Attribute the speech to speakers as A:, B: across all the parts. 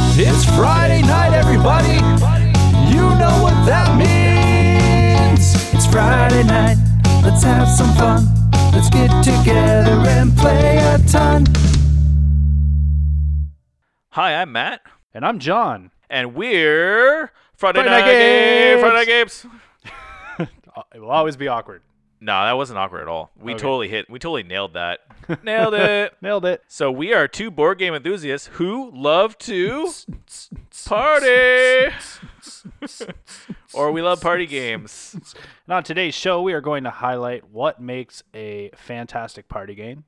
A: It's Friday night, everybody. You know what that means. It's Friday night. Let's have some fun. Let's get together and play a ton.
B: Hi, I'm Matt,
C: And I'm John.
B: and we're Friday,
C: Friday
B: Night,
C: Night
B: Games.
C: Games!
B: Friday Night Games.
C: Uh, It will always be awkward.
B: No, that wasn't awkward at all. We
C: Okay.
B: totally hit. We totally nailed that. nailed it.
C: Nailed it.
B: So we are two board game enthusiasts who love to party, or we love party games.
C: And on today's show, we are going to highlight what makes a fantastic party game.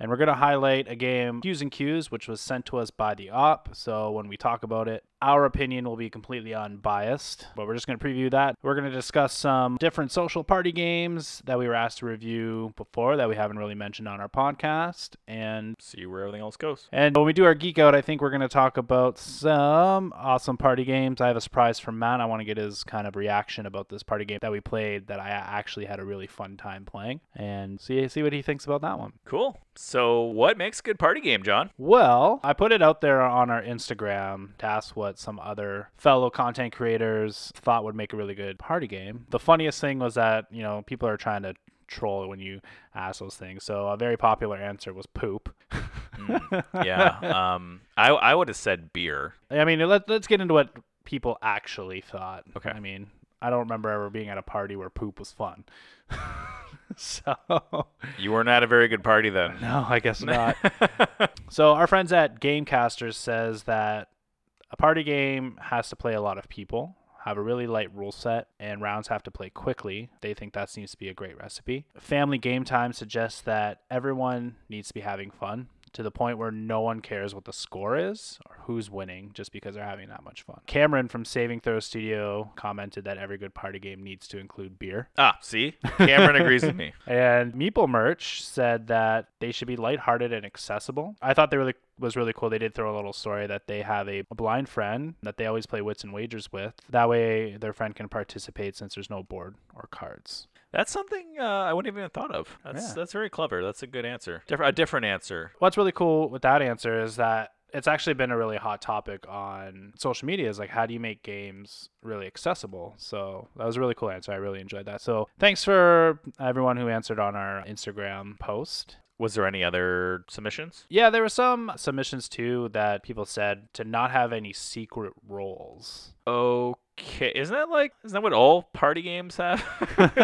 C: And we're going to highlight a game, Cues and Cues, which was sent to us by the op. So when we talk about it, our opinion will be completely unbiased, but we're just going to preview that. We're going to discuss some different social party games that we were asked to review before that we haven't really mentioned on our podcast. And
B: See where everything else goes.
C: And when we do our geek out, I think we're going to talk about some awesome party games. I have a surprise from Matt. I want to get his kind of reaction about this party game that we played that I actually had a really fun time playing and see see what he thinks about that one.
B: Cool. So, what makes a good party game, John?
C: Well, I put it out there on our Instagram to ask what some other fellow content creators thought would make a really good party game. The funniest thing was that, you know, people are trying to troll when you ask those things. So a very popular answer was poop.
B: Mm, Yeah. um, I I would have said beer.
C: I mean, let, let's get into what people actually thought.
B: Okay.
C: I mean, I don't remember ever being at a party where poop was fun. so,
B: You weren't at a very good party then.
C: no, I guess not. so, our friends at Gamecasters says that a party game has to play a lot of people, have a really light rule set, and rounds have to play quickly. They think that seems to be a great recipe. Family game time suggests that everyone needs to be having fun to the point where no one cares what the score is or who's winning just because they're having that much fun. Cameron from Saving Throw Studio commented that every good party game needs to include beer.
B: Ah, see, Cameron agrees with me.
C: And Meeple Merch said that they should be lighthearted and accessible. I thought they really was really cool. They did throw a little story that they have a blind friend that they always play wits and wagers with. That way their friend can participate since there's no board or cards.
B: That's something uh, I wouldn't even have thought of. That's
C: Yeah.
B: that's very clever. That's a good answer. Differ- a different answer.
C: What's really cool with that answer is that it's actually been a really hot topic on social media is like how do you make games really accessible so that was a really cool answer i really enjoyed that so thanks for everyone who answered on our instagram post
B: Was there any other submissions?
C: Yeah, there were some submissions too that people said to not have any secret roles.
B: Okay, isn't that like isn't that what all party games have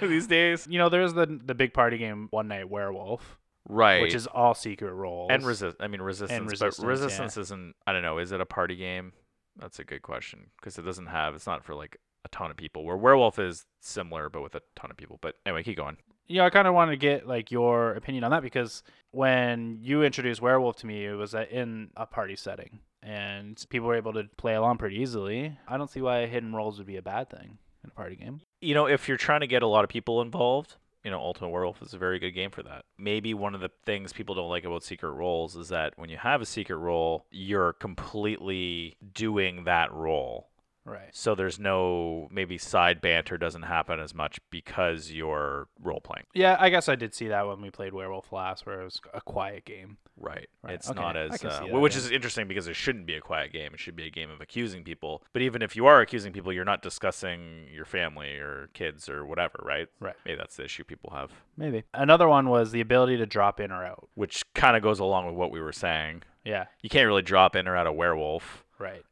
B: these days?
C: You know, there's the the big party game One Night Werewolf,
B: Right.
C: which is all secret roles.
B: and resist. I mean resistance,
C: resistance,
B: but
C: yeah.
B: resistance isn't. I don't know. Is it a party game? That's a good question because it doesn't have. It's not for like a ton of people. Where werewolf is similar, but with a ton of people. But anyway, keep going.
C: you know, I kind of wanted to get like your opinion on that because when you introduced Werewolf to me, it was uh, in a party setting and people were able to play along pretty easily. I don't see why hidden roles would be a bad thing in a party game.
B: you know, if you're trying to get a lot of people involved, you know, Ultimate Werewolf is a very good game for that. Maybe one of the things people don't like about secret roles is that when you have a secret role, you're completely doing that role.
C: Right.
B: So there's no maybe side banter doesn't happen as much because you're role playing.
C: Yeah, I guess I did see that when we played Werewolf last, where it was a quiet game.
B: Right.
C: Right,
B: It's
C: okay,
B: not
C: I
B: as
C: can
B: uh,
C: see
B: wh-
C: that,
B: which
C: yeah.
B: is interesting because it shouldn't be a quiet game. It should be a game of accusing people. But even if you are accusing people, you're not discussing your family or kids or whatever, right?
C: Right.
B: Maybe that's the issue people have.
C: Maybe. Another one was the ability to drop in or out.
B: which kind of goes along with what we were saying.
C: Yeah.
B: You can't really drop in or out of werewolf.
C: Right.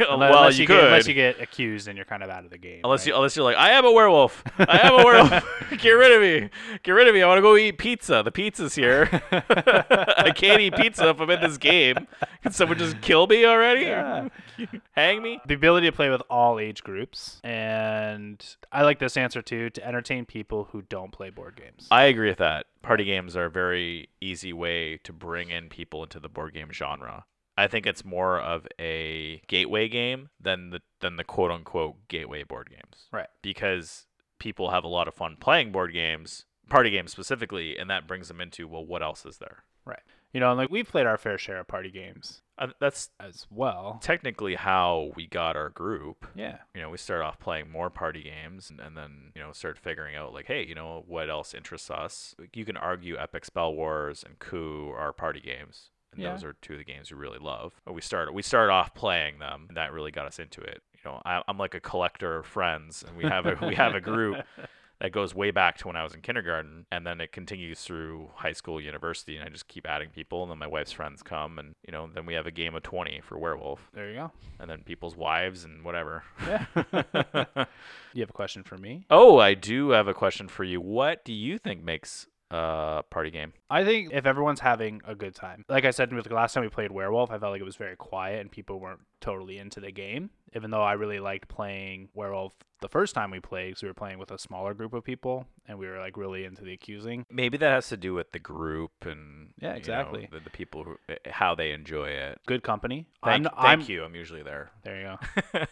B: well, you, could.
C: Get, unless you get accused and you're kind of out of the game.
B: Unless you
C: right?
B: unless you're like, I am a werewolf. I am a werewolf. Get rid of me. Get rid of me. I want to go eat pizza. The pizza's here. I can't eat pizza if I'm in this game. Can someone just kill me already? Hang me?
C: the ability to play with all age groups, and I like this answer too to entertain people who don't play board games.
B: I agree with that. Party games are a very easy way to bring in people into the board game genre. I think it's more of a gateway game than the than the quote unquote gateway board games.
C: Right.
B: Because people have a lot of fun playing board games, party games specifically, and that brings them into well, what else is there?
C: right. You know, and like we've played our fair share of party games
B: Uh, that's
C: as well.
B: technically how we got our group.
C: Yeah.
B: you know, we started off playing more party games and, and then, you know, started figuring out like, hey, you know, what else interests us? Like, You can argue Epic Spell Wars and Coup are party games. and
C: Yeah.
B: those are two of the games we really love. But we started we started off playing them, and that really got us into it. You know, I, I'm like a collector of friends, and we have a we have a group that goes way back to when I was in kindergarten, and then it continues through high school, university, and I just keep adding people, and then my wife's friends come, and you know, then we have a game of 20 for werewolf,
C: There you go.
B: and then people's wives and whatever.
C: Yeah. you have a question for me?
B: oh, I do have a question for you. What do you think makes a party game?
C: I think if everyone's having a good time, like I said with the last time we played Werewolf, I felt like it was very quiet and people weren't totally into the game. Even though I really liked playing Werewolf the first time we played, because we were playing with a smaller group of people and we were like really into the accusing.
B: Maybe that has to do with the group and
C: Yeah,
B: you know,
C: exactly.
B: the, the people who eh, how they enjoy it.
C: Good company.
B: Thank,
C: I'm,
B: thank
C: I'm-
B: you. I'm usually there.
C: There you go.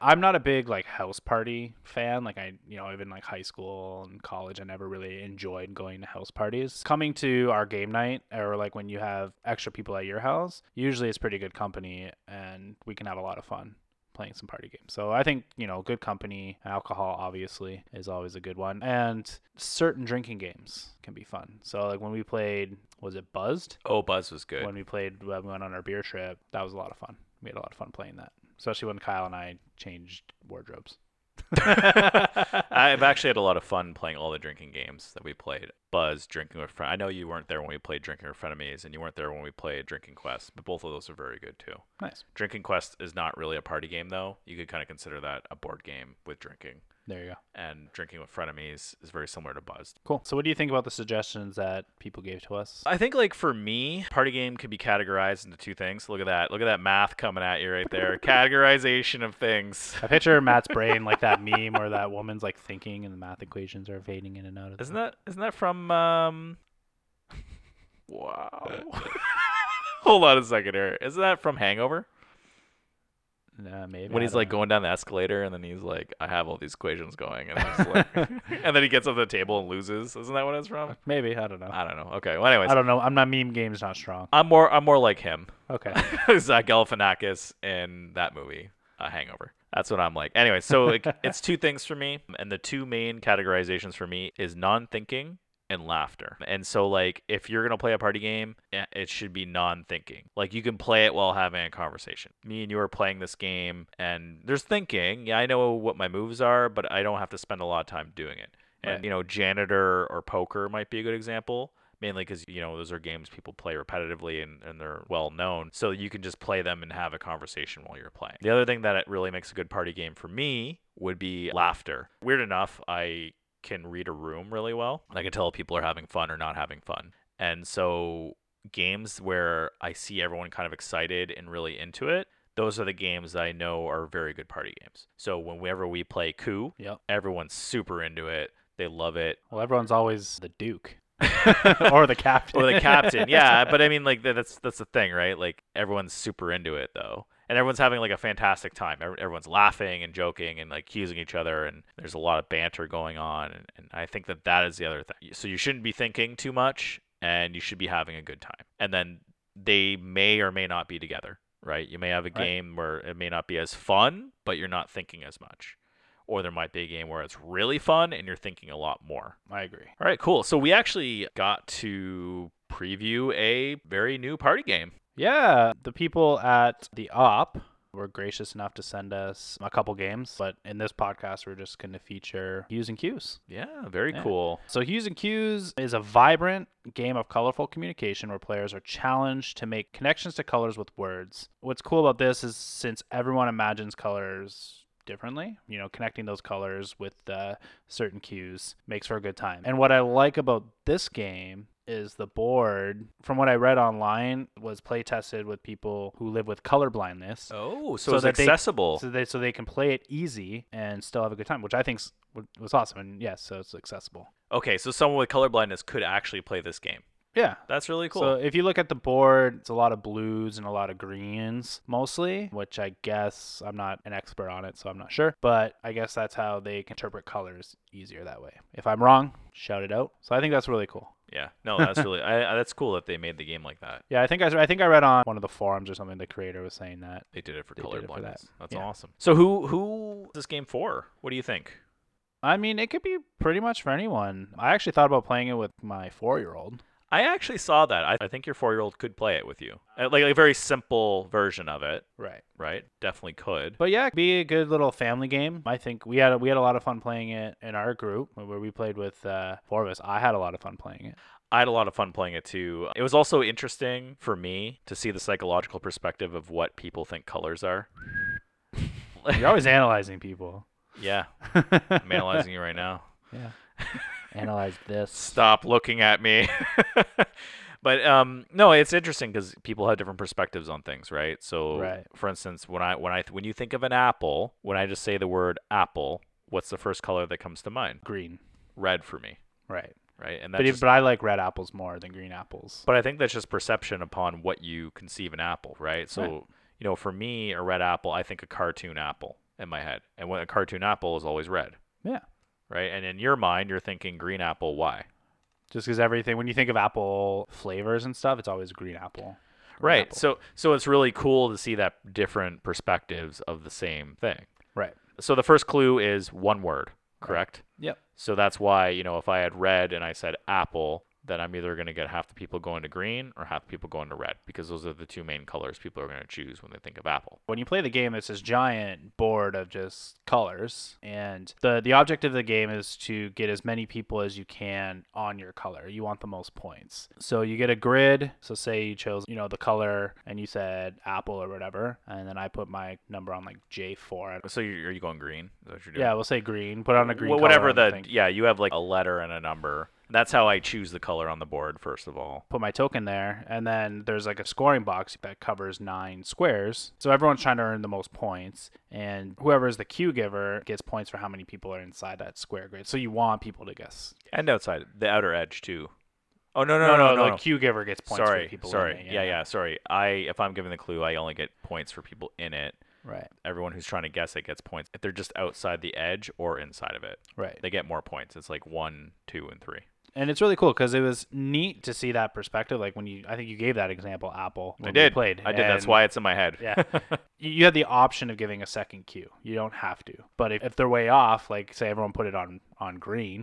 C: I'm not a big like house party fan. Like I, you know, even like high school and college, I never really enjoyed going to house parties. Coming to our game night or like when you have extra people at your house, usually it's pretty good company, and we can have a lot of fun playing some party games. So I think you know, good company, alcohol obviously is always a good one, and certain drinking games can be fun. So like when we played, was it Buzzed?
B: oh, Buzz was good.
C: when we played when we went on our beer trip. That was a lot of fun. We had a lot of fun playing that, especially when Kyle and I changed wardrobes.
B: I've actually had a lot of fun playing all the drinking games that we played. Buzz, Drinking with Friends. I know you weren't there when we played Drinking with Frenemies, and you weren't there when we played Drinking Quest, but both of those are very good too.
C: Nice.
B: Drinking Quest is not really a party game, though. You could kind of consider that a board game with drinking.
C: There you go.
B: And Drinking with Frenemies is very similar to Buzz.
C: Cool. So, what do you think about the suggestions that people gave to us?
B: I think, like, for me, party game could be categorized into two things. Look at that. Look at that math coming at you right there. Categorization of things.
C: I picture Matt's brain like that meme where that woman's like thinking and the math equations are fading in and out. Of
B: Isn't that isn't that from um Wow. Hold on a second here. Isn't that from Hangover?
C: Nah, maybe
B: when
C: I
B: he's
C: don't
B: like
C: know.
B: going down the escalator and then he's like, I have all these equations going and, he's like, and then he gets up to the table and loses. Isn't that what it's from?
C: maybe I don't know.
B: I don't know. Okay. Well anyways.
C: I don't know. I'm not meme game's not strong.
B: I'm more I'm more like him.
C: Okay.
B: Zach Galifianakis in that movie, uh, Hangover. That's what I'm like. Anyway, so it, it's two things for me, and the two main categorizations for me is non-thinking and laughter. And so, like, if you're gonna play a party game, eh, it should be non-thinking. Like, you can play it while having a conversation. Me and you are playing this game, and there's thinking. Yeah, I know what my moves are, but I don't have to spend a lot of time doing it. And
C: Right.
B: you know, janitor or poker might be a good example mainly because you know those are games people play repetitively and, and they're well known so you can just play them and have a conversation while you're playing the other thing that it really makes a good party game for me would be laughter weird enough i can read a room really well and i can tell if people are having fun or not having fun and so games where i see everyone kind of excited and really into it those are the games that i know are very good party games so whenever we play coup
C: Yep.
B: everyone's super into it they love it
C: Well, everyone's always the Duke or the captain.
B: or the captain. Yeah, but I mean, like that- that's that's the thing, right? Like everyone's super into it though, and everyone's having like a fantastic time. Every- Everyone's laughing and joking and like accusing each other, and there's a lot of banter going on. And, and I think that that is the other thing. So you shouldn't be thinking too much, and you should be having a good time. And then they may or may not be together, right? You may have a
C: Right.
B: game where it may not be as fun, but you're not thinking as much. Or there might be a game where it's really fun and you're thinking a lot more.
C: I agree.
B: All right, cool. So we actually got to preview a very new party game.
C: Yeah, the people at the op were gracious enough to send us a couple games, but in this podcast, we're just going to feature Hues and Cues.
B: Yeah, very
C: Yeah.
B: cool.
C: So, Hues and Cues is a vibrant game of colorful communication where players are challenged to make connections to colors with words. What's cool about this is since everyone imagines colors differently, you know, connecting those colors with uh, certain cues makes for a good time. And what I like about this game is the board, from what I read online, was play tested with people who live with color blindness.
B: Oh, so,
C: So
B: it's
C: that they-
B: accessible.
C: So they so they can play it easy and still have a good time, which I think was awesome. And yes, so it's accessible.
B: okay, so someone with colorblindness could actually play this game.
C: Yeah,
B: That's really cool.
C: So if you look at the board, it's a lot of blues and a lot of greens mostly, which I guess I'm not an expert on it, so I'm not sure. But I guess that's how they can interpret colors easier that way. If I'm wrong, shout it out. So I think that's really cool.
B: yeah, no, that's really I, I- that's cool that they made the game like that.
C: Yeah, I think I, I think I read on one of the forums or something the creator was saying that.
B: They did it for
C: They did it for
B: colorblindness.
C: that.
B: That's
C: Yeah.
B: awesome. So who who is this game for? What do you think?
C: I mean, it could be pretty much for anyone. I actually thought about playing it with my 4-year-old.
B: I actually saw that. I, I think your four year old could play it with you. Uh, Like a very simple version of it,
C: Right.
B: right? Definitely could.
C: But yeah, it'd be a good little family game. I think we had a, we had a lot of fun playing it in our group where we played with uh, four of us. I had a lot of fun playing it.
B: I had a lot of fun playing it too. It was also interesting for me to see the psychological perspective of what people think colors are.
C: You're always analyzing people.
B: Yeah, I'm analyzing you right now.
C: Yeah. Analyze this.
B: Stop looking at me. but um, no, it's interesting because people have different perspectives on things, right? So,
C: Right.
B: for instance, when I when I when you think of an apple, when I just say the word apple, what's the first color that comes to mind?
C: Green.
B: Red for me,
C: Right.
B: right? And that's
C: But,
B: just-
C: if but I like red apples more than green apples.
B: But I think that's just perception upon what you conceive an apple, right? So,
C: Right.
B: you know, for me, a red apple, I think a cartoon apple in my head. And when a cartoon apple is always red,
C: Yeah.
B: right? And in your mind, you're thinking green apple, why?
C: Just because everything, when you think of apple flavors and stuff, it's always green apple. Green
B: Right.
C: apple.
B: So so it's really cool to see that different perspectives of the same thing.
C: right.
B: So the first clue is one word, correct?
C: Yep.
B: So that's why, you know, if I had red and I said apple, then I'm either going to get half the people going to green or half the people going to red because those are the two main colors people are going to choose when they think of apple.
C: When you play the game, it's this giant board of just colors, and the the object of the game is to get as many people as you can on your color. You want the most points, so you get a grid. So say you chose, you know, the color, and you said apple or whatever, and then I put my number on like J four.
B: So you're, are you going green? Is that what you're doing?
C: Yeah, we'll say green. Put on a green.
B: Wh-
C: color
B: whatever
C: on the
B: the
C: thing.
B: yeah, you have like a letter and a number. That's how I choose the color on the board. First of all,
C: put my token there and then there's like a scoring box that covers nine squares so everyone's trying to earn the most points and whoever is the cue giver gets points for how many people are inside that square grid so you want people to guess
B: and outside the outer edge too. Oh no
C: no
B: no
C: no,
B: no no!
C: the
B: no.
C: cue giver gets points for the
B: sorry
C: people
B: sorry
C: in it,
B: yeah. yeah sorry. I if I'm giving the clue, I only get points for people in it.
C: right
B: Everyone who's trying to guess it gets points. If they're just outside the edge or inside of it,
C: right
B: they get more points. It's like one, two, and three.
C: and it's really cool because it was neat to see that perspective like when you i think you gave that example apple when
B: I
C: we
B: did.
C: played
B: I did. That's
C: and-
B: why it's in my head.
C: yeah you you had the option of giving a second cue you don't have to but if, if they're way off like say everyone put it on on green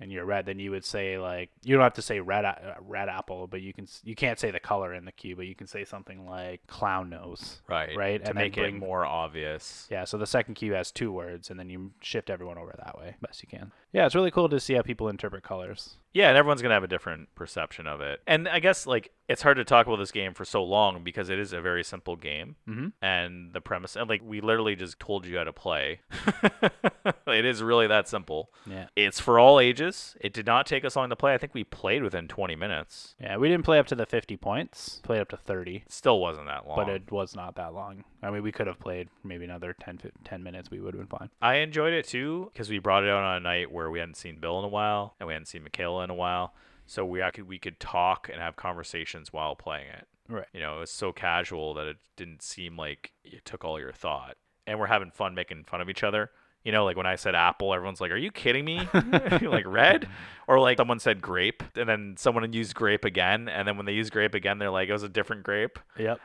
C: and you're red then you would say like you don't have to say red a- uh, red apple but you can s- you can't say the color in the cue but you can say something like clown nose
B: Right.
C: Right,
B: To
C: and then
B: make it
C: bring-
B: more obvious.
C: yeah so the second cue has two words and then you shift everyone over that way best you can yeah it's really cool to see how people interpret colors
B: Yeah, and everyone's gonna have a different perception of it. And I guess like it's hard to talk about this game for so long because it is a very simple game,
C: mm-hmm.
B: and the premise and like we literally just told you how to play. it is really that simple.
C: yeah
B: It's for all ages. It did not take us long to play. I think we played within 20 minutes.
C: yeah we didn't play up to the 50 points played up to 30
B: It still wasn't that long.
C: but it was not that long. I mean, we could have played maybe another 10, 15 10 minutes. We would have been fine.
B: I enjoyed it too because we brought it out on a night where we hadn't seen Bill in a while and we hadn't seen Michaela in a while, so we could we could talk and have conversations while playing it.
C: Right.
B: You know, it was so casual that it didn't seem like it took all your thought, and we're having fun making fun of each other. You know, like when I said apple, everyone's like, "Are you kidding me?" like red, or like someone said grape, and then someone used grape again, and then when they used grape again, they're like, "It was a different grape."
C: Yep.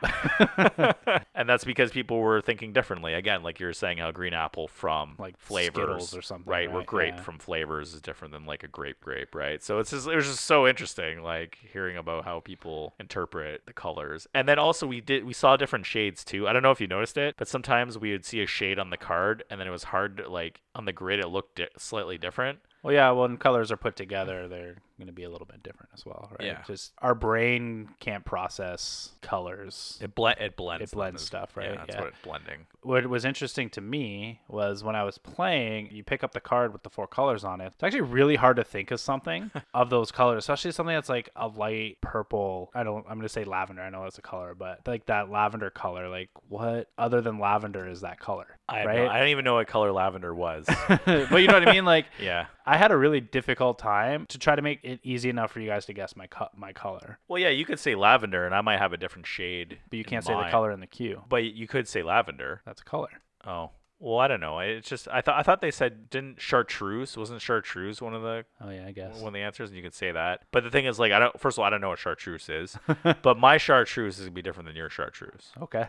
B: and that's because people were thinking differently. Again, like you were saying, how green apple from
C: Like
B: flavors
C: Skittles or something,
B: right? Where
C: right?
B: grape
C: Yeah.
B: from flavors is different than like a grape grape, right? So it's just it was just so interesting, like hearing about how people interpret the colors. And then also we did we saw different shades too. I don't know if you noticed it, but sometimes we would see a shade on the card, and then it was hard to like on the grid it looked di- slightly different.
C: Well, yeah, when colors are put together, they're going to be a little bit different as well, right?
B: Yeah.
C: Just our brain can't process colors.
B: It blend it blends
C: It blends stuff, right?
B: Yeah, that's
C: Yeah.
B: what it's blending.
C: What was interesting to me was when I was playing, you pick up the card with the four colors on it. It's actually really hard to think of something of those colors, especially something that's like a light purple. I don't, I'm going to say lavender. I know that's a color, but like that lavender color, like what other than lavender is that color?
B: I, have no-
C: right.
B: I don't even know what color lavender was.
C: but you know what I mean? Like,
B: yeah.
C: I had a really difficult time to try to make it easy enough for you guys to guess my co- my color,
B: Well, yeah, you could say lavender, and I might have a different shade.
C: but you
B: in
C: can't say the
B: mine.
C: color in the cue.
B: But you could say lavender.
C: That's a color.
B: Oh, well, I don't know. It's just I thought I thought they said didn't chartreuse wasn't chartreuse one of the
C: Oh yeah, I guess.
B: one of the answers, and you could say that. But the thing is, like, I don't. First of all, I don't know what chartreuse is, but my chartreuse is gonna be different than your chartreuse.
C: Okay.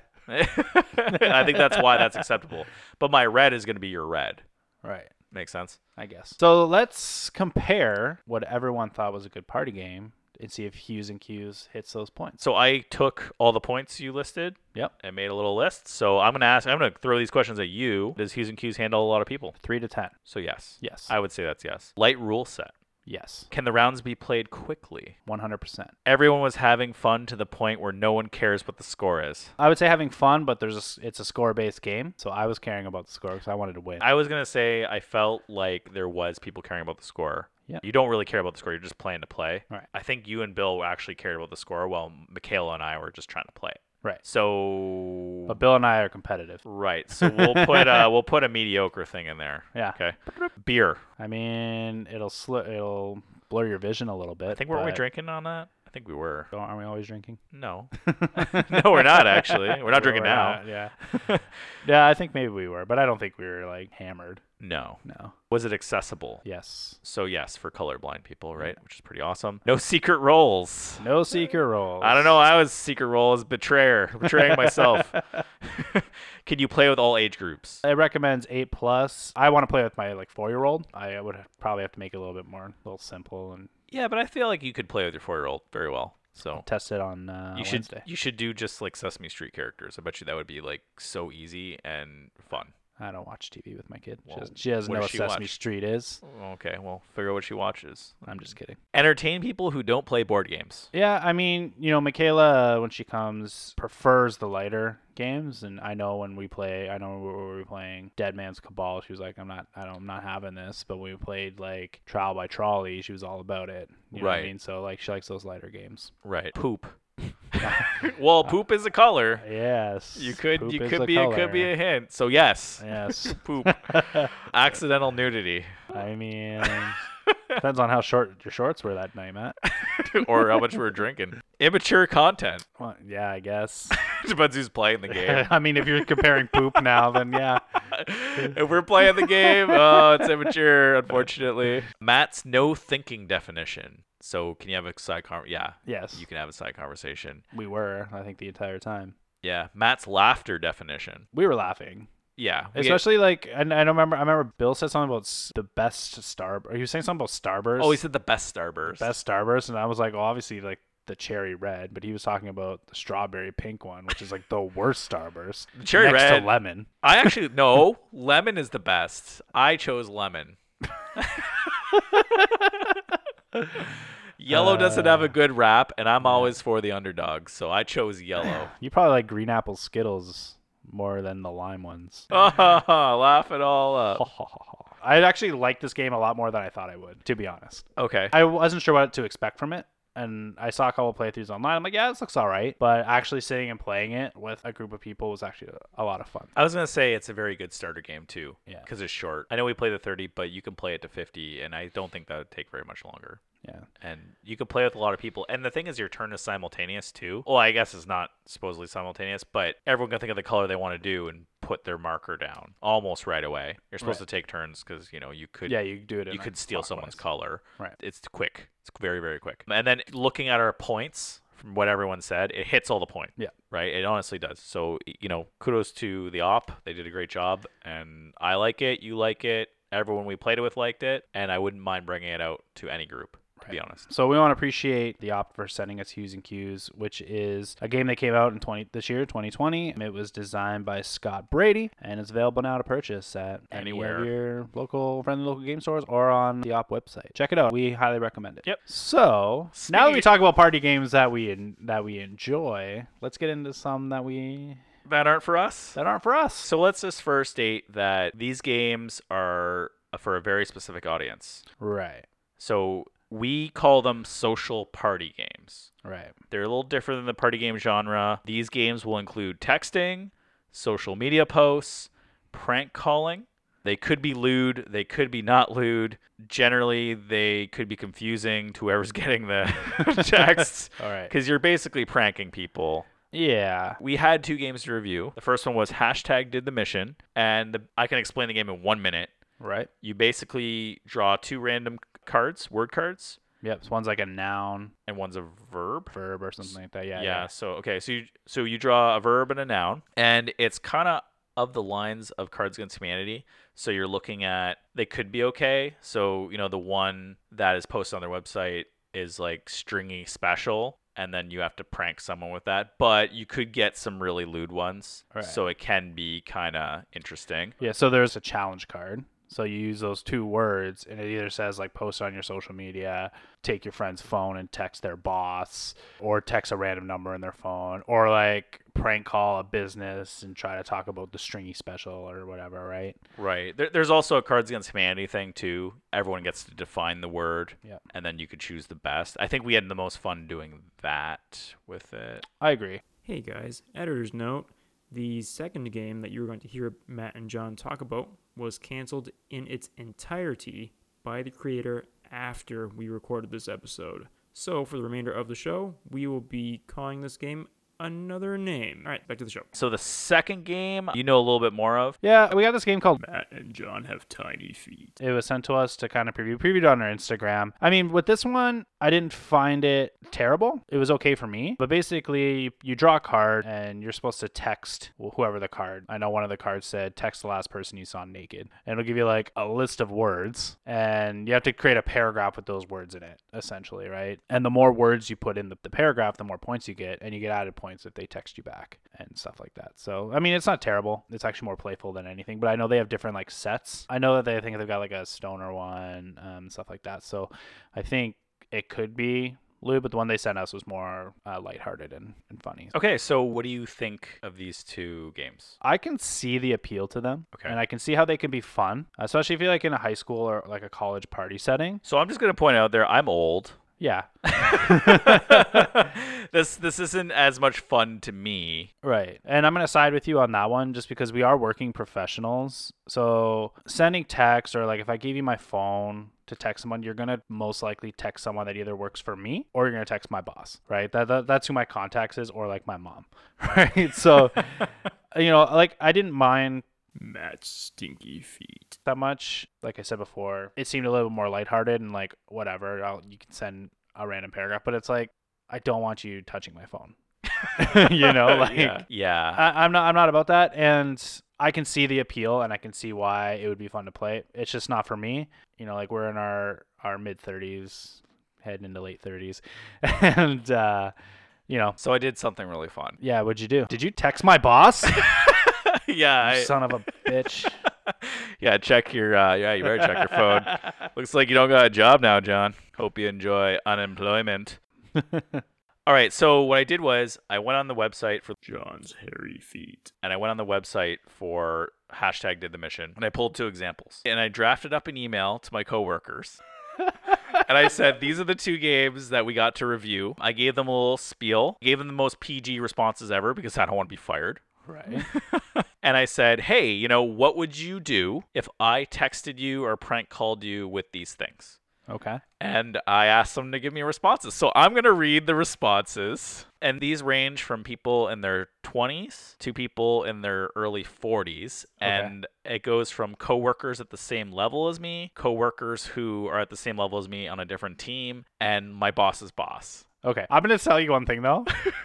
B: I think that's why that's acceptable. But my red is gonna be your red.
C: Right.
B: Makes sense.
C: I guess. So let's compare what everyone thought was a good party game and see if Hughes and Q's hits those points.
B: So I took all the points you listed
C: Yep.
B: and made a little list. So I'm gonna ask. I'm gonna throw these questions at you. Does Hughes and Q's handle a lot of people?
C: Three to ten.
B: So yes.
C: Yes.
B: I would say that's yes. Light rule set.
C: yes.
B: Can the rounds be played quickly?
C: One hundred percent.
B: Everyone was having fun to the point where no one cares what the score is.
C: I would say having fun, but there's a s it's a score based game, so I was caring about the score because I wanted to win.
B: I was gonna say I felt like there was people caring about the score.
C: Yeah.
B: You don't really care about the score. You're just playing to play.
C: Right.
B: I think you and Bill actually cared about the score, while Michaela and I were just trying to play.
C: right.
B: So.
C: But Bill and I are competitive.
B: Right. So we'll put uh, we'll put a mediocre thing in there.
C: Yeah.
B: Okay. Beer.
C: I mean, it'll sl- it'll blur your vision a little bit.
B: I think weren't we
C: but-
B: drinking on that? I think we were.
C: Don't- Aren't we always drinking?
B: No. no, we're not actually. We're not drinking
C: We're
B: now.
C: not, Yeah. yeah, I think maybe we were, but I don't think we were like hammered.
B: No.
C: No.
B: Was it accessible?
C: Yes.
B: So yes, for colorblind people, right? Which is pretty awesome. No secret roles.
C: No seeker roles.
B: I don't know. I was secret role as betrayer, betraying myself. Can you play with all age groups?
C: It recommends eight plus. I want to play with my like four year old. I would probably have to make it a little bit more, a little simple, and
B: Yeah, but I feel like you could play with your four year old very well. So
C: test it on uh,
B: you should
C: Wednesday.
B: you should do just like Sesame Street characters. I bet you that would be like so easy and fun.
C: I don't watch TV with my kid.
B: Well,
C: she doesn't, she doesn't
B: what
C: know
B: does
C: what
B: she
C: Sesame
B: watch?
C: Street is.
B: Okay, well, figure out what she watches.
C: I'm just kidding.
B: Entertain people who don't play board games.
C: Yeah, I mean, you know, Michaela uh, when she comes prefers the lighter games, and I know when we play, I know when we were playing Dead Man's Cabal, she was like, "I'm not, I don't, I'm not having this." But when we played like Trial by Trolley, she was all about it. You know what I
B: Right.
C: mean, so like she likes those lighter games.
B: Right. Poop. well, poop is a color.
C: Yes.
B: You could
C: Poop
B: you
C: is
B: could
C: a
B: be it could be
C: color.
B: a hint. So yes.
C: Yes.
B: Poop. Accidental nudity.
C: I mean, depends on how short your shorts were that night, Matt.
B: or how much we're drinking. Immature content.
C: Well, yeah, I guess.
B: Depends who's playing the game.
C: I mean, if you're comparing poop now, then yeah.
B: if we're playing the game, oh, it's immature, unfortunately. Matt's no thinking definition. So can you have a side con yeah.
C: Yes.
B: You can have a side conversation.
C: We were, I think, the entire time.
B: Yeah. Matt's laughter definition.
C: We were laughing,
B: Yeah. we get-
C: especially like, and I don't remember. I remember Bill said something about s- the best starburst. He was saying something about starburst.
B: Oh, he said the best starburst.
C: best starburst, and I was like, well, obviously, like the cherry red, but he was talking about the strawberry pink one, which is like the worst starburst.
B: Cherry
C: next
B: red.
C: to lemon.
B: I actually no. lemon is the best. I chose lemon. yellow doesn't have a good rap, and I'm always for the underdog, so I chose yellow.
C: You probably like green apple Skittles more than the lime ones.
B: Oh, laugh it all up.
C: I actually like this game a lot more than I thought I would, to be honest.
B: Okay.
C: I wasn't sure what to expect from it. And I saw a couple playthroughs online. I'm like, yeah, this looks all right. But actually sitting and playing it with a group of people was actually a lot of fun.
B: I was gonna say it's a very good starter game too,
C: Yeah.
B: because it's short. I know we play the 30, but you can play it to 50, and I don't think that would take very much longer.
C: Yeah.
B: and you can play with a lot of people. And the thing is, your turn is simultaneous too. Well, I guess it's not supposedly simultaneous, but everyone can think of the color they want to do and put their marker down almost right away. You're supposed
C: Right.
B: to take turns because you know you could
C: Yeah, you do it. In
B: you
C: a
B: could steal someone's
C: clockwise.
B: color.
C: Right.
B: It's quick. It's very very quick. And then looking at our points from what everyone said, it hits all the point.
C: Yeah.
B: Right. It honestly does. So y- you know, kudos to the op. They did a great job, and I like it. You like it. Everyone we played it with liked it, and I wouldn't mind bringing it out to any group. To be honest.
C: So we want to appreciate the Opt for sending us Hughes and Cues, which is a game that came out in 20 this year, 2020. It was designed by Scott Brady, and it's available now to purchase at
B: Anywhere.
C: any of your local friendly local game stores or on the Op website. Check it out. We highly recommend it.
B: Yep.
C: So now that we
B: Speak-
C: talk about party games that we en- that we enjoy, let's get into some that we
B: that aren't for us.
C: that aren't for us.
B: So let's just first state that these games are for a very specific audience.
C: Right.
B: So we call them social party games.
C: Right.
B: They're a little different than the party game genre. These games will include texting, social media posts, prank calling. They could be lewd, they could be not lewd. Generally, they could be confusing to whoever's getting the texts
C: All right.
B: because you're basically pranking people.
C: Yeah.
B: We had two games to review. The first one was hashtag did the mission, and the, I can explain the game in one minute.
C: Right.
B: You basically draw two random cards, word cards,
C: Yep. So one's like a noun,
B: and one's a verb.
C: verb, or something like that.
B: Yeah.
C: Yeah.
B: So okay, so you so you draw a verb and a noun, and it's kind of of the lines of Cards Against Humanity. So you're looking at they could be okay. So you know the one that is posted on their website is like stringy special, and then you have to prank someone with that. But you could get some really lewd ones,
C: Right.
B: so it can be kind of interesting.
C: Yeah, so there's a challenge card. So you use those two words, and it either says like post on your social media, take your friend's phone and text their boss, or text a random number in their phone, or like prank call a business and try to talk about the stringy special or whatever, right?
B: Right. There, there's also a Cards Against Humanity thing too. Everyone gets to define the word,
C: Yep.
B: and then you could choose the best. I think we had the most fun doing that with it.
C: I agree.
D: Hey guys, editor's note. The second game that you were going to hear Matt and John talk about was canceled in its entirety by the creator after we recorded this episode. So, for the remainder of the show, we will be calling this game another name. All right, back to the show.
B: So the second game, you know a little bit more of.
C: Yeah, we got this game called
D: Matt and John have tiny feet.
C: It was sent to us to kind of preview, previewed on our Instagram. I mean, with this one, I didn't find it terrible. It was okay for me. But basically, you draw a card and you're supposed to text whoever the card. I know one of the cards said, text the last person you saw naked. And it'll give you like a list of words. And you have to create a paragraph with those words in it, essentially, right? And the more words you put in the, the paragraph, the more points you get. And you get added points if they text you back and stuff like that. So I mean, it's not terrible. It's actually more playful than anything. But I know they have different like sets. I know that they I think they've got like a stoner one, um, stuff like that. So I think it could be Lou, but the one they sent us was more uh, lighthearted and, and funny.
B: Okay, so what do you think of these two games?
C: I can see the appeal to them,
B: Okay.
C: and I can see how they can be fun, especially if you're like in a high school or like a college party setting.
B: So I'm just gonna point out there, I'm old.
C: Yeah,
B: this this isn't as much fun to me.
C: Right. And I'm going to side with you on that one just because we are working professionals. So sending text or like if I gave you my phone to text someone, you're going to most likely text someone that either works for me or you're going to text my boss, right? That, that that's who my contacts is or like my mom, right? So you know, like I didn't mind
D: Matt's stinky feet.
C: that much. Like I said before, it seemed a little bit more lighthearted and like whatever. I'll, you can send a random paragraph, but it's like I don't want you touching my phone. you know, like
B: yeah. Yeah.
C: I, I'm not. I'm not about that. And I can see the appeal, and I can see why it would be fun to play. It's just not for me. You know, like we're in our our mid 30s, heading into late 30s, and uh, you know,
B: So I did something really fun.
C: yeah. What'd you do? Did you text my boss?
B: yeah. I,
C: Son of a bitch.
B: yeah. Check your. Uh, yeah. You better check your phone. Looks like you don't got a job now, John. Hope you enjoy unemployment. All right. So what I did was I went on the website for
D: John's hairy feet.
B: and I went on the website for hashtag did the mission and I pulled two examples and I drafted up an email to my coworkers. and I said, these are the two games that we got to review. I gave them a little spiel, gave them the most PG responses ever because I don't want to be fired.
C: Right.
B: And I said, hey, you know, what would you do if I texted you or prank called you with these things?
C: Okay.
B: and I asked them to give me responses. So I'm going to read the responses. And these range from people in their 20s to people in their early 40s. And it goes from coworkers at the same level as me, coworkers who are at the same level as me on a different team, and my boss's boss.
C: Okay. I'm gonna tell you one thing though.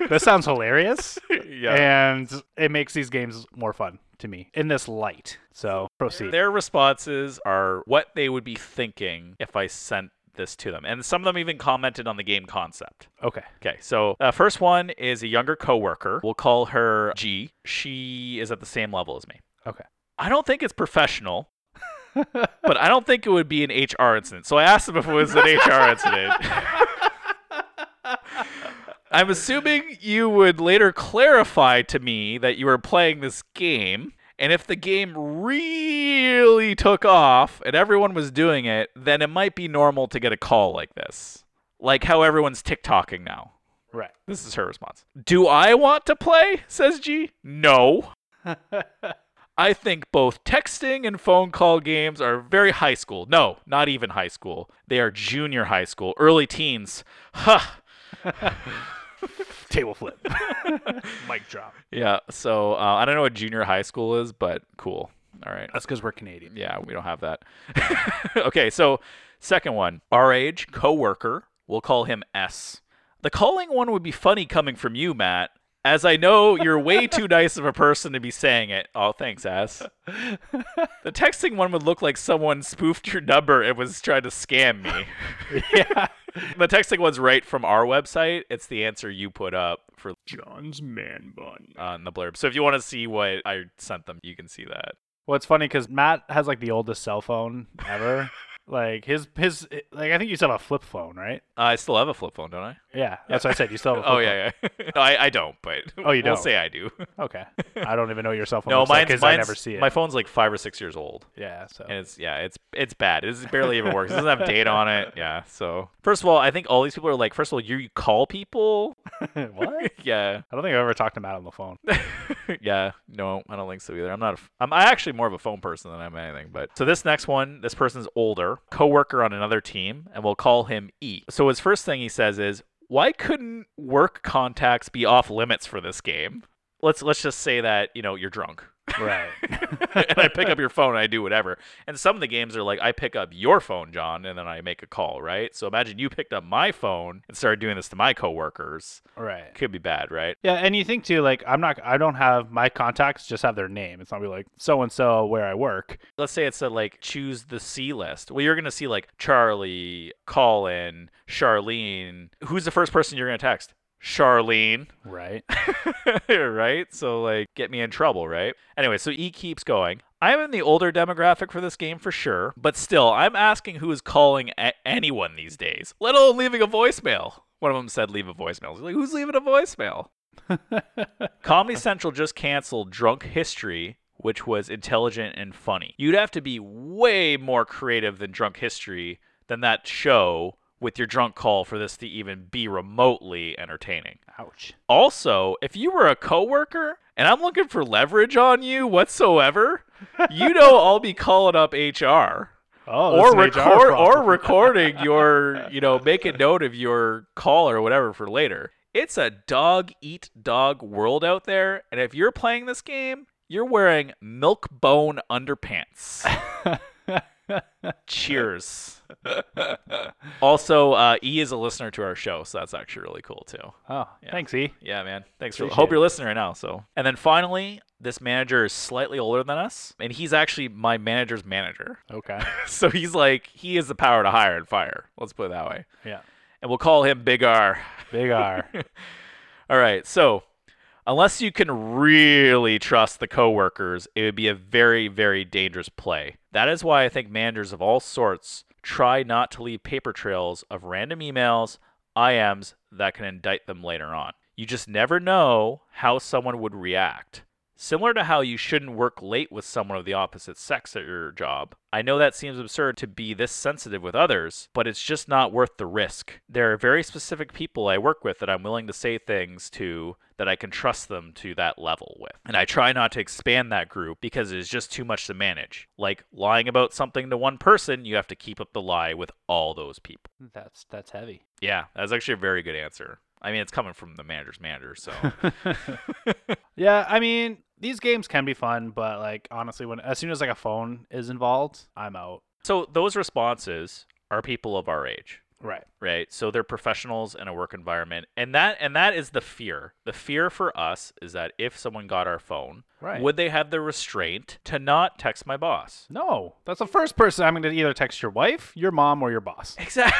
C: this sounds hilarious,
B: yeah.
C: and it makes these games more fun to me in this light. So proceed.
B: Their responses are what they would be thinking if I sent this to them. And some of them even commented on the game concept.
C: Okay.
B: Okay, so uh, first one is a younger coworker. We'll call her G. She is at the same level as me.
C: Okay.
B: I don't think it's professional, but I don't think it would be an HR incident. So I asked him if it was an HR incident. I'm assuming you would later clarify to me that you were playing this game. And if the game really took off and everyone was doing it, then it might be normal to get a call like this. Like how everyone's TikToking now.
C: Right.
B: This is her response. Do I want to play? says G. No. I think both texting and phone call games are very high school. No, not even high school. They are junior high school, early teens. Huh.
C: Table flip. Mic drop.
B: Yeah, so uh, I don't know what junior high school is, but cool. All right.
C: That's because we're Canadian.
B: Yeah, we don't have that. okay, so second one, our age coworker, we'll call him S. The calling one would be funny coming from you, Matt, as I know you're way too nice of a person to be saying it. Oh, thanks, S. The texting one would look like someone spoofed your number and was trying to scam me.
C: yeah.
B: The texting one's right from our website. It's the answer you put up for
D: John's man bun.
B: on the blurb. So if you want to see what I sent them, you can see that.
C: Well, it's funny because Matt has like the oldest cell phone ever. like his his eh, like I think you still have a flip phone, right?
B: I still have a flip phone, don't I?
C: Yeah, that's what I said. You still have a flip
B: Oh yeah, yeah. No, I, I don't, but
C: Oh, you
B: we'll
C: don't.
B: say I do.
C: phone. Okay. I don't even know what your cell phone.
B: No,
C: looks like
B: mine's,
C: 'cause
B: mine's
C: I never see it. Oh.
B: my phone's like five or six years old.
C: yeah. So
B: And it's yeah, it's it's bad. It is- it barely even works. It doesn't have data on it. Yeah. So first of all, I think all these people are like, first of all, you call people.
C: what?
B: Yeah.
C: I don't think I've ever talked to Matt on the phone.
B: yeah, no, I don't think so either. I'm not. A, f- I'm I actually more of a phone person than I'm anything. But so this next one, this person's older, coworker on another team, and we'll call him E. So his first thing he says is, "Why couldn't work contacts be off limits for this game?" Let's let's just say that you know you're drunk.
C: right.
B: and I pick up your phone and I do whatever. And some of the games are like, I pick up your phone, John, and then I make a call, right? So imagine you picked up my phone and started doing this to my coworkers.
C: Right.
B: Could be bad, right?
C: Yeah, and you think too, like I'm not, I don't have my contacts, just have their name. It's not be like so and so where I work.
B: let's say it said like choose the C list. Well, you're gonna see like Charlie, Colin, Charlene. Who's the first person you're gonna text? Charlene,
C: Right.
B: right? So like get me in trouble, right? Anyway, so E keeps going. I'm in the older demographic for this game for sure, but still, I'm asking who is calling a- anyone these days, let alone leaving a voicemail. One of them said leave a voicemail. He's like, who's leaving a voicemail? Comedy Central just canceled Drunk History, which was intelligent and funny. You'd have to be way more creative than Drunk History than that show with your drunk call for this to even be remotely entertaining.
C: Ouch.
B: Also, if you were a coworker and I'm looking for leverage on you whatsoever, you know I'll be calling up HR
C: Oh,
B: or record or recording your, you know, make a note of your call or whatever for later. It's a dog eat dog world out there, and if you're playing this game, you're wearing milk bone underpants. Cheers. also, uh, E is a listener to our show, so that's actually really cool too.
C: oh, thanks, E.
B: Yeah, man. Thanks for
C: Appreciate
B: hope
C: it.
B: you're listening right now. So and then finally, this manager is slightly older than us, and he's actually my manager's manager.
C: Okay.
B: So he's like he is the power to hire and fire. Let's put it that way.
C: Yeah.
B: And we'll call him Big R.
C: Big R.
B: All right. So unless you can really trust the coworkers, it would be a very, very dangerous play. That is why I think managers of all sorts try not to leave paper trails of random emails, IMs that can indict them later on. You just never know how someone would react. Similar to how you shouldn't work late with someone of the opposite sex at your job. I know that seems absurd to be this sensitive with others, but it's just not worth the risk. There are very specific people I work with that I'm willing to say things to that I can trust them to that level with. And I try not to expand that group because it is just too much to manage. Like lying about something to one person, you have to keep up the lie with all those people.
C: that's that's heavy.
B: Yeah, that's actually a very good answer. I mean, it's coming from the manager's manager, so
C: Yeah, I mean these games can be fun, but like honestly, when as soon as like a phone is involved, I'm out.
B: So those responses are people of our age,
C: Right.
B: right? So they're professionals in a work environment. And that and that is the fear. The fear for us is that if someone got our phone,
C: Right.
B: would they have the restraint to not text my boss?
C: No, that's the first person I'm going to either text your wife, your mom, or your boss.
B: Exactly.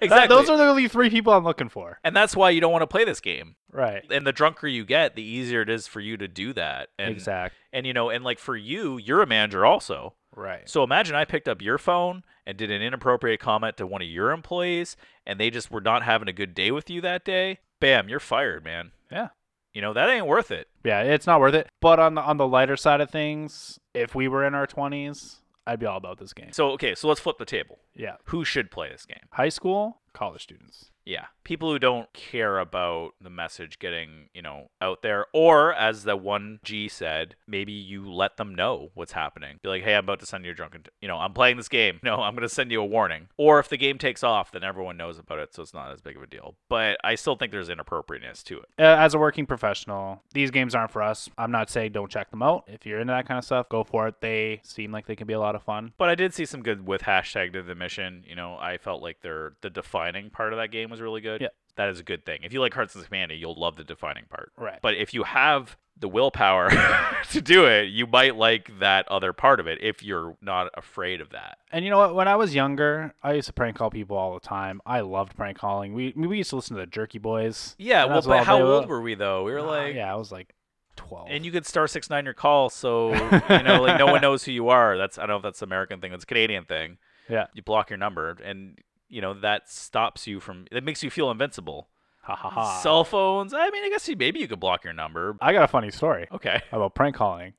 B: exactly.
C: That- those are the only three people I'm looking for.
B: and that's why you don't want to play this game.
C: Right.
B: And the drunker you get, the easier it is for you to do that. And
C: Exact.
B: and you know, and like for you, you're a manager also.
C: Right.
B: So imagine I picked up your phone and did an inappropriate comment to one of your employees, and they just were not having a good day with you that day. Bam, you're fired, man.
C: Yeah.
B: You know that ain't worth it.
C: Yeah, it's not worth it. But on the on the lighter side of things, if we were in our twenties, I'd be all about this game.
B: So okay, so let's flip the table.
C: Yeah,
B: Who should play this game?
C: high school, college students.
B: Yeah, people who don't care about the message getting you know out there, or as the one G said, maybe you let them know what's happening. Be like, hey, I'm about to send you a drunken. T- you know, I'm playing this game. No, I'm gonna send you a warning. Or if the game takes off, then everyone knows about it, so it's not as big of a deal. But I still think there's inappropriateness to it.
C: Uh, As a working professional, these games aren't for us. I'm not saying don't check them out. If you're into that kind of stuff, go for it. They seem like they can be a lot of fun.
B: But I did see some good with hashtag to the mission. You know, I felt like their the defining part of that game was really good,
C: Yeah.
B: that is a good thing. If you like Hearts of Humanity, you'll love the defining part.
C: Right.
B: But if you have the willpower to do it, you might like that other part of it if you're not afraid of that.
C: And you know what? When I was younger, I used to prank call people all the time. I loved prank calling. We we used to listen to the Jerky Boys.
B: Yeah,
C: And
B: well,
C: that's all
B: but how
C: they
B: old
C: were-
B: were we though? We were like,
C: uh, yeah, I was like twelve.
B: and you could star six nine your call, so you know, like no one knows who you are. That's I don't know if that's American thing, that's a Canadian thing.
C: Yeah.
B: you block your number, and you know that stops you from. It makes you feel invincible.
C: ha ha ha.
B: Cell phones. I mean, I guess you, maybe you could block your number.
C: I got a funny story.
B: Okay.
C: about prank calling.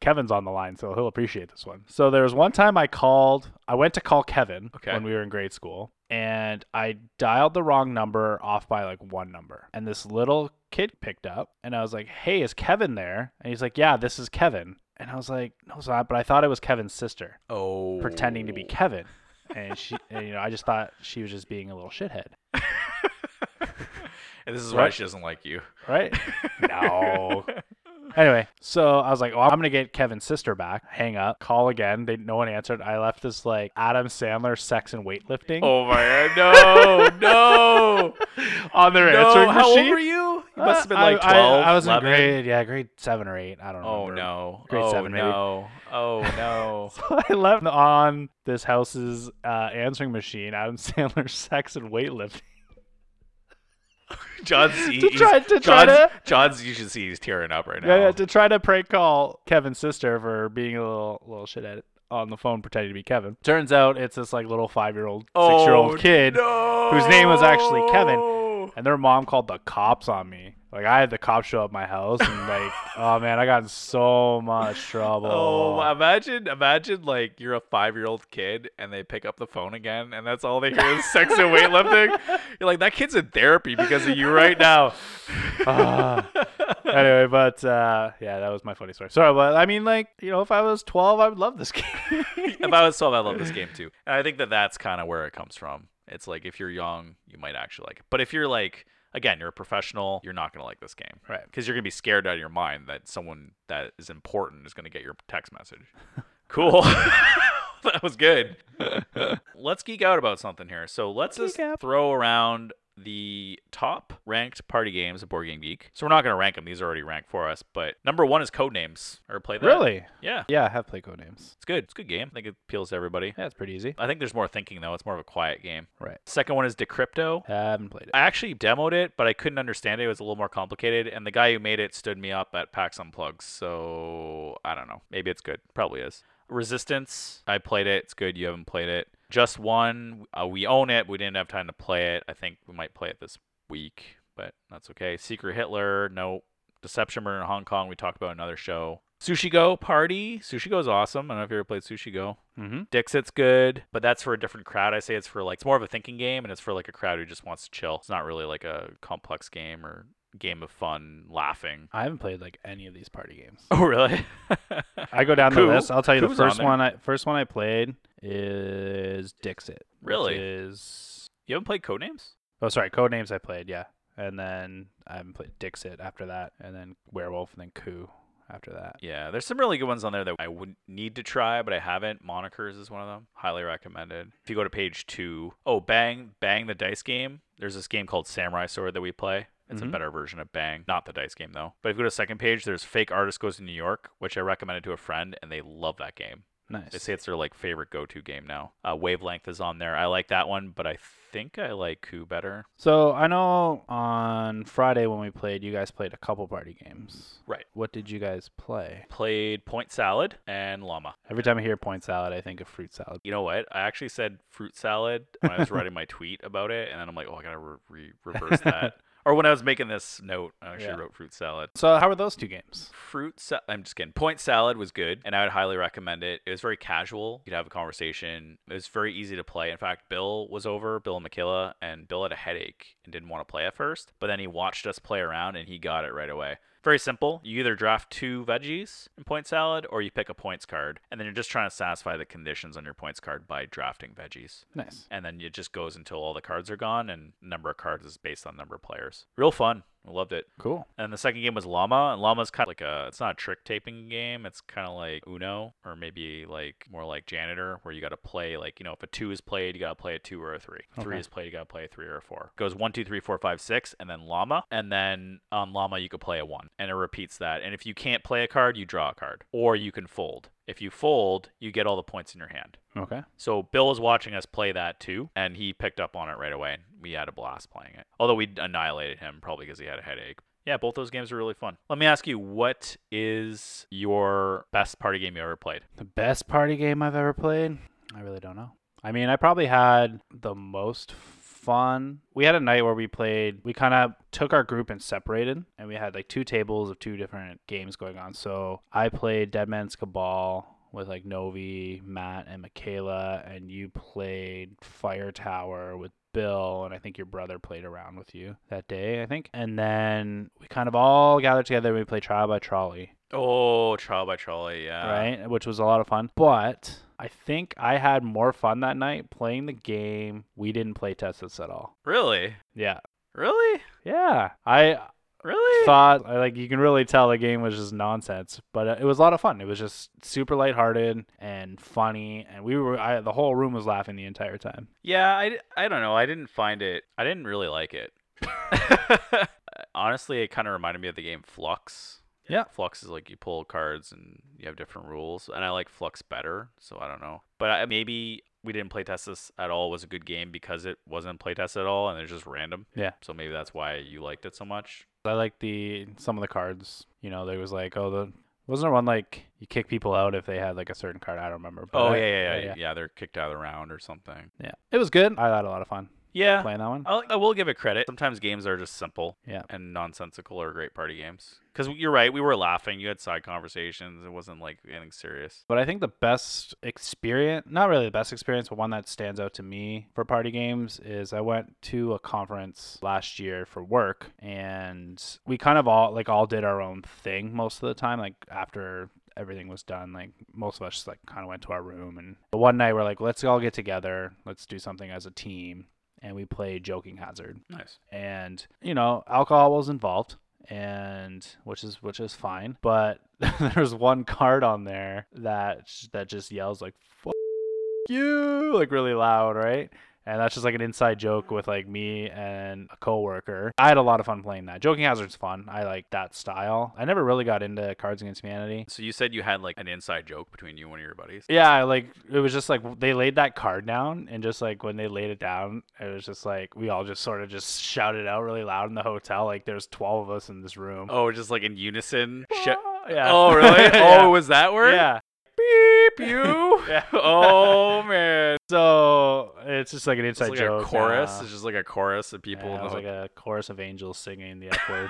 C: Kevin's on the line, so he'll appreciate this one. So there was one time I called, I went to call Kevin
B: Okay.
C: when we were in grade school, and I dialed the wrong number off by like one number. And this little kid picked up, and I was like, "Hey, is Kevin there?" And he's like, "Yeah, this is Kevin." And I was like, "No, it's not," but I thought it was Kevin's sister
B: Oh,
C: pretending to be Kevin. And she, and, you know, I just thought she was just being a little shithead,
B: And this is why
C: Right.
B: she doesn't like you.
C: right? no, Anyway, so I was like, oh, I'm gonna get Kevin's sister back. Hang up, call again. They no one answered. I left this like Adam Sandler sex and weightlifting
B: Oh my god, no, no,
C: on their
B: no!
C: answering
B: How
C: machine.
B: old were you? You must have been
C: Uh,
B: like
C: I- I-
B: twelve.
C: I, was
B: 11.
C: in grade, yeah, grade seven or eight. I don't know.
B: Oh no!
C: Grade
B: oh
C: seven, maybe.
B: no! Oh no!
C: So I left on this house's uh, answering machine Adam Sandler sex and weightlifting.
B: John's he-
C: To
B: he's-
C: try- to try
B: John's,
C: to-
B: John's you should see he's tearing up right now.
C: Yeah, yeah, to try to prank call Kevin's sister for being a little little shit at it on the phone pretending to be Kevin. Turns out it's this like little five year old, six year
B: Oh,
C: old kid.
B: no.
C: whose name was actually Kevin. and their mom called the cops on me. Like I had the cops show up at my house, and like, oh man, I got in so much trouble.
B: Oh, imagine, imagine like you're a five-year-old kid and they pick up the phone again, and that's all they hear is sex and weightlifting. You're like, that kid's in therapy because of you right now.
C: Ah. anyway, but uh, yeah, that was my funny story. Sorry, but I mean, like, you know, if I was twelve, I would love this game.
B: if I was 12, I love this game too. And I think that that's kind of where it comes from. It's like if you're young, you might actually like it. But if you're like, again, you're a professional, you're not going to like this game.
C: Right.
B: Because you're going to be scared out of your mind that someone that is important is going to get your text message. Cool. that was good. let's geek out about something here. So let's just
C: out.
B: throw around the top ranked party games of Board Game Geek. So we're not going to rank them. These are already ranked for us. But number one is Codenames. Or play that?
C: really?
B: Yeah.
C: Yeah, I have played code names.
B: It's good. It's a good game. I think it appeals to everybody.
C: Yeah, it's pretty easy.
B: I think there's more thinking though. It's more of a quiet game.
C: Right.
B: Second one is Decrypto.
C: Haven't played it.
B: I actually demoed it, but I couldn't understand it. It was a little more complicated, and the guy who made it stood me up at PAX Unplugged. So I don't know. Maybe it's good. Probably is. Resistance. I played it. It's good. You haven't played it. Just one. Uh, we own it. We didn't have time to play it. I think we might play it this week, but that's okay. Secret Hitler. No. Deception Murder in Hong Kong. We talked about another show. Sushi Go Party. Sushi Go is awesome. I don't know if you ever played Sushi Go.
C: Mm-hmm.
B: Dixit's good, but that's for a different crowd. I say it's for like it's more of a thinking game, and it's for like a crowd who just wants to chill. It's not really like a complex game or game of fun laughing.
C: I haven't played like any of these party games.
B: Oh, really?
C: I go down
B: Coup-
C: the list. I'll tell you the
B: Coup's on
C: first
B: there.
C: one. I first one I played is Dixit. which
B: Really?
C: Is
B: you haven't played Codenames?
C: Oh, sorry, code names I played, yeah, and then I haven't played Dixit after that, and then Werewolf, and then Coup after that.
B: Yeah, there's some really good ones on there that I would need to try, but I haven't. Monikers is one of them. Highly recommended. If you go to page two, oh, Bang, Bang the Dice game. There's this game called Samurai Sword that we play. It's a
C: Mhm.
B: better version of Bang, not the dice game though. But if you go to the second page, there's Fake Artist Goes to New York, which I recommended to a friend, and they love that game.
C: Nice.
B: They say it's their like favorite go-to game now. Uh, Wavelength is on there. I like that one, but I think I like Coup better.
C: So I know on Friday when we played, you guys played a couple party games.
B: Right.
C: What did you guys play?
B: Played Point Salad and Llama.
C: Every time I hear point salad, I think of fruit salad.
B: You know what? I actually said fruit salad when I was writing my tweet about it, and then I'm like, oh, I gotta re- re- reverse that. or when I was making this note, I actually
C: Yeah.
B: wrote fruit salad.
C: So how were those two games?
B: Fruit sa- I'm just kidding. Point salad was good, and I would highly recommend it. It was very casual. You could have a conversation. It was very easy to play. In fact, Bill was over, Bill and Michaela, and Bill had a headache and didn't want to play at first, but then he watched us play around and he got it right away. Very simple. You either draft two veggies in point salad or you pick a points card, and then you're just trying to satisfy the conditions on your points card by drafting veggies
C: Nice.
B: and then it just goes until all the cards are gone and number of cards is based on number of players real fun I loved it.
C: Cool.
B: And the second game was Llama. And Llama's kind of like a, it's not a trick taping game. It's kind of like Uno or maybe like more like Janitor, where you got to play like, you know, if a two is played, you got to play a two or a three. Three
C: Okay.
B: is played, you got to play a three or a four. Goes one, two, three, four, five, six, and then Llama. And then on Llama, you could play a one. And it repeats that. And if you can't play a card, you draw a card or you can fold. If you fold, you get all the points in your hand.
C: Okay.
B: So Bill was watching us play that too, and he picked up on it right away. and We had a blast playing it. Although we annihilated him probably because he had a headache. Yeah, both those games were really fun. Let me ask you, what is your best party game you ever played?
C: The best party game I've ever played? I really don't know. I mean, I probably had the most fun. We had a night where we played, we kind of took our group and separated, and we had like two tables of two different games going on. So I played Dead Man's Cabal with like Novi, Matt, and Michaela, and you played Fire Tower with Bill, and I think your brother played around with you that day, I think. And then we kind of all gathered together and we played Trial by Trolley
B: Oh, Trial by Trolley, yeah.
C: right? Which was a lot of fun. But I think I had more fun that night playing the game. We didn't play test this at all.
B: Really?
C: Yeah.
B: Really?
C: Yeah. I
B: Really?
C: thought I, like you can really tell the game was just nonsense, but uh, it was a lot of fun. It was just super lighthearted and funny and we were I, the whole room was laughing the entire time.
B: Yeah, I, d- I don't know. I didn't find it. I didn't really like it. Honestly, it kind of reminded me of the game Flux.
C: Yeah.
B: Flux is like you pull cards and you have different rules, and I like Flux better, so I don't know. But I, maybe we didn't play test this at all was a good game because it wasn't play test at all and it's just random.
C: Yeah.
B: So maybe that's why you liked it so much.
C: I like the some of the cards, you know, there was like oh the wasn't there one like you kick people out if they had like a certain card? I don't remember. but
B: Oh
C: I-
B: yeah, yeah, yeah,
C: yeah,
B: yeah. they're kicked out of the round or something.
C: yeah. It was good. I had a lot of fun
B: Yeah.
C: playing that one.
B: I'll, I will give it credit. Sometimes games are just simple
C: Yeah.
B: and nonsensical or great party games. Because you're right, we were laughing. You had side conversations. It wasn't like anything serious.
C: But I think the best experience, not really the best experience, but one that stands out to me for party games is I went to a conference last year for work and we kind of all like all did our own thing most of the time like after everything was done like most of us just like kind of went to our room and but one night we're like let's all get together, let's do something as a team and we played Joking Hazard
B: Nice.
C: and you know alcohol was involved and which is which is fine but there's one card on there that that just yells like F- you like really loud right and that's just like an inside joke with like me and a coworker. I had a lot of fun playing that. Joking Hazard's fun. I like that style. I never really got into Cards Against Humanity.
B: So you said you had like an inside joke between you and one of your buddies.
C: Yeah, like it was just like they laid that card down, and just like when they laid it down, it was just like we all just sort of just shouted out really loud in the hotel. Like there's twelve of us in this room. Ah,
B: Oh, just like in unison. Sh-
C: yeah.
B: Oh, really? Oh,
C: yeah.
B: was that word?
C: yeah.
B: Beep you. Oh man.
C: So it's just like an
B: It's
C: inside
B: like
C: joke.
B: a chorus.
C: uh,
B: It's just like a chorus of people. in
C: yeah, it
B: the
C: was like
B: hotel.
C: a chorus of angels singing the F word.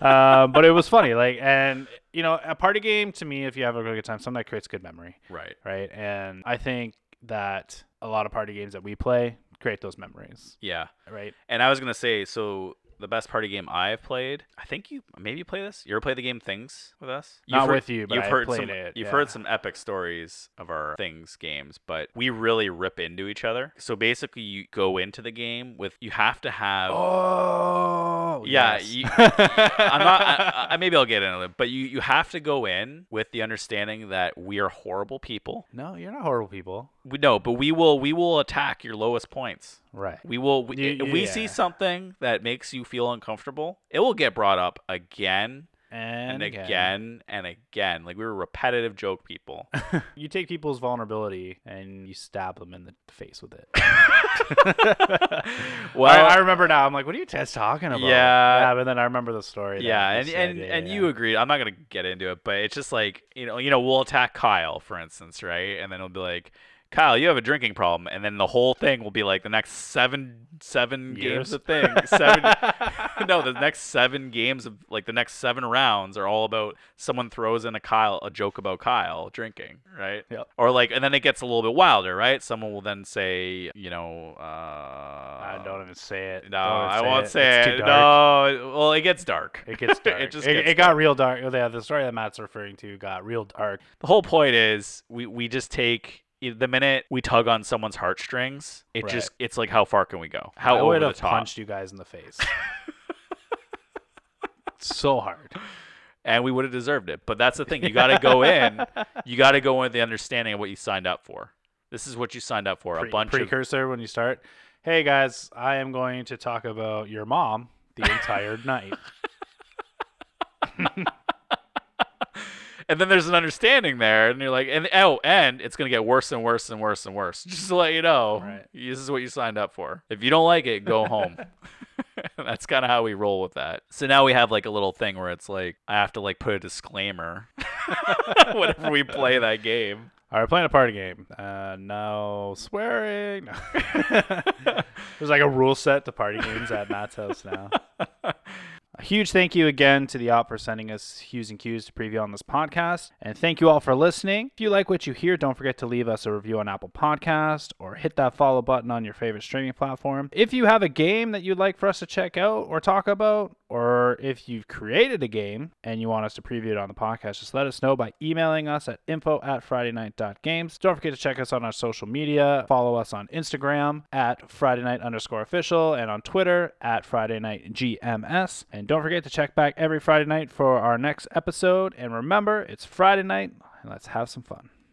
C: um, but it was funny. Like, and you know, a party game to me, if you have a really good time, something that creates good memory.
B: right.
C: right? And I think that a lot of party games that we play create those memories,
B: Yeah.
C: right?
B: And I was gonna say, so the best party game I've played. I think you maybe you play this. You ever play the game Things with us?
C: Not
B: You've heard-
C: with you, but
B: you've
C: I
B: heard
C: played
B: some,
C: it,
B: You've
C: yeah.
B: heard some epic stories of our Things games, but we really rip into each other. So basically, you go into the game with you have to have.
C: Oh,
B: Yeah, you- I'm not. I, I, maybe I'll get into it, but you you have to go in with the understanding that we are horrible people.
C: no, you're not horrible people,
B: We, no, but we will we will attack your lowest points.
C: right?
B: We will. We,
C: Y-
B: if we see
C: yeah.
B: something that makes you feel uncomfortable, it will get brought up again and,
C: And,
B: again. and again. Like we were repetitive joke people.
C: you take people's vulnerability and you stab them in the face with it.
B: Well,
C: I, I remember now. I'm like, what are you guys talking about?
B: Yeah.
C: yeah, but then I remember the story. that
B: yeah,
C: you
B: and
C: said,
B: and,
C: yeah,
B: and
C: yeah,
B: you agreed. I'm not gonna get into it, but it's just like you know, you know, we'll attack Kyle for instance, right? And then it'll be like. Kyle, you have a drinking problem, and then the whole thing will be like the next seven seven games
C: Years?
B: of thing. Seven, no, the next seven games of like the next seven rounds are all about someone throws in a Kyle a joke about Kyle drinking, right?
C: Yep.
B: Or like, and then it gets a little bit wilder, right? Someone will then say, you know, uh, I
C: I don't even say it.
B: No,
C: Don't even
B: I won't
C: it.
B: say
C: It's
B: it.
C: too dark.
B: No, well, it gets dark.
C: It gets dark.
B: it just
C: it,
B: gets
C: it got real dark. Oh, yeah, the story that Matt's referring to got real dark.
B: the whole point is we we just take e, the minute we tug on someone's heartstrings, it
C: Right.
B: just it's like how far can we go? How
C: I
B: over
C: would
B: the
C: have
B: top?
C: punched you guys in the face. so hard.
B: and we would have deserved it. But that's the thing. You got to go in. You got to go in with the understanding of what you signed up for. This is what you signed up for.
C: Pre-
B: a bunch of
C: precursor when you start. Hey guys, I am going to talk about your mom the entire night.
B: and then there's an understanding there, and you're like, and oh, and it's gonna get worse and worse and worse and worse. Just to let you know,
C: Right.
B: this is what you signed up for. If you don't like it, go home. That's kind of how we roll with that. So now we have like a little thing where it's like I have to like put a disclaimer whenever we play that game.
C: All right, playing a party game. Uh, no swearing. No. There's like a rule set to party games at Matt's house now. A huge thank you again to the op for sending us hues and cues to preview on this podcast. And thank you all for listening. If you like what you hear, don't forget to leave us a review on Apple Podcast or hit that follow button on your favorite streaming platform. If you have a game that you'd like for us to check out or talk about, or if you've created a game and you want us to preview it on the podcast, just let us know by emailing us at info at fridaynight.games. Don't forget to check us on our social media. Follow us on Instagram at Friday Night underscore official and on Twitter at Friday Night GMS. And don't forget to check back every Friday night for our next episode. And remember, it's Friday night and let's have some fun.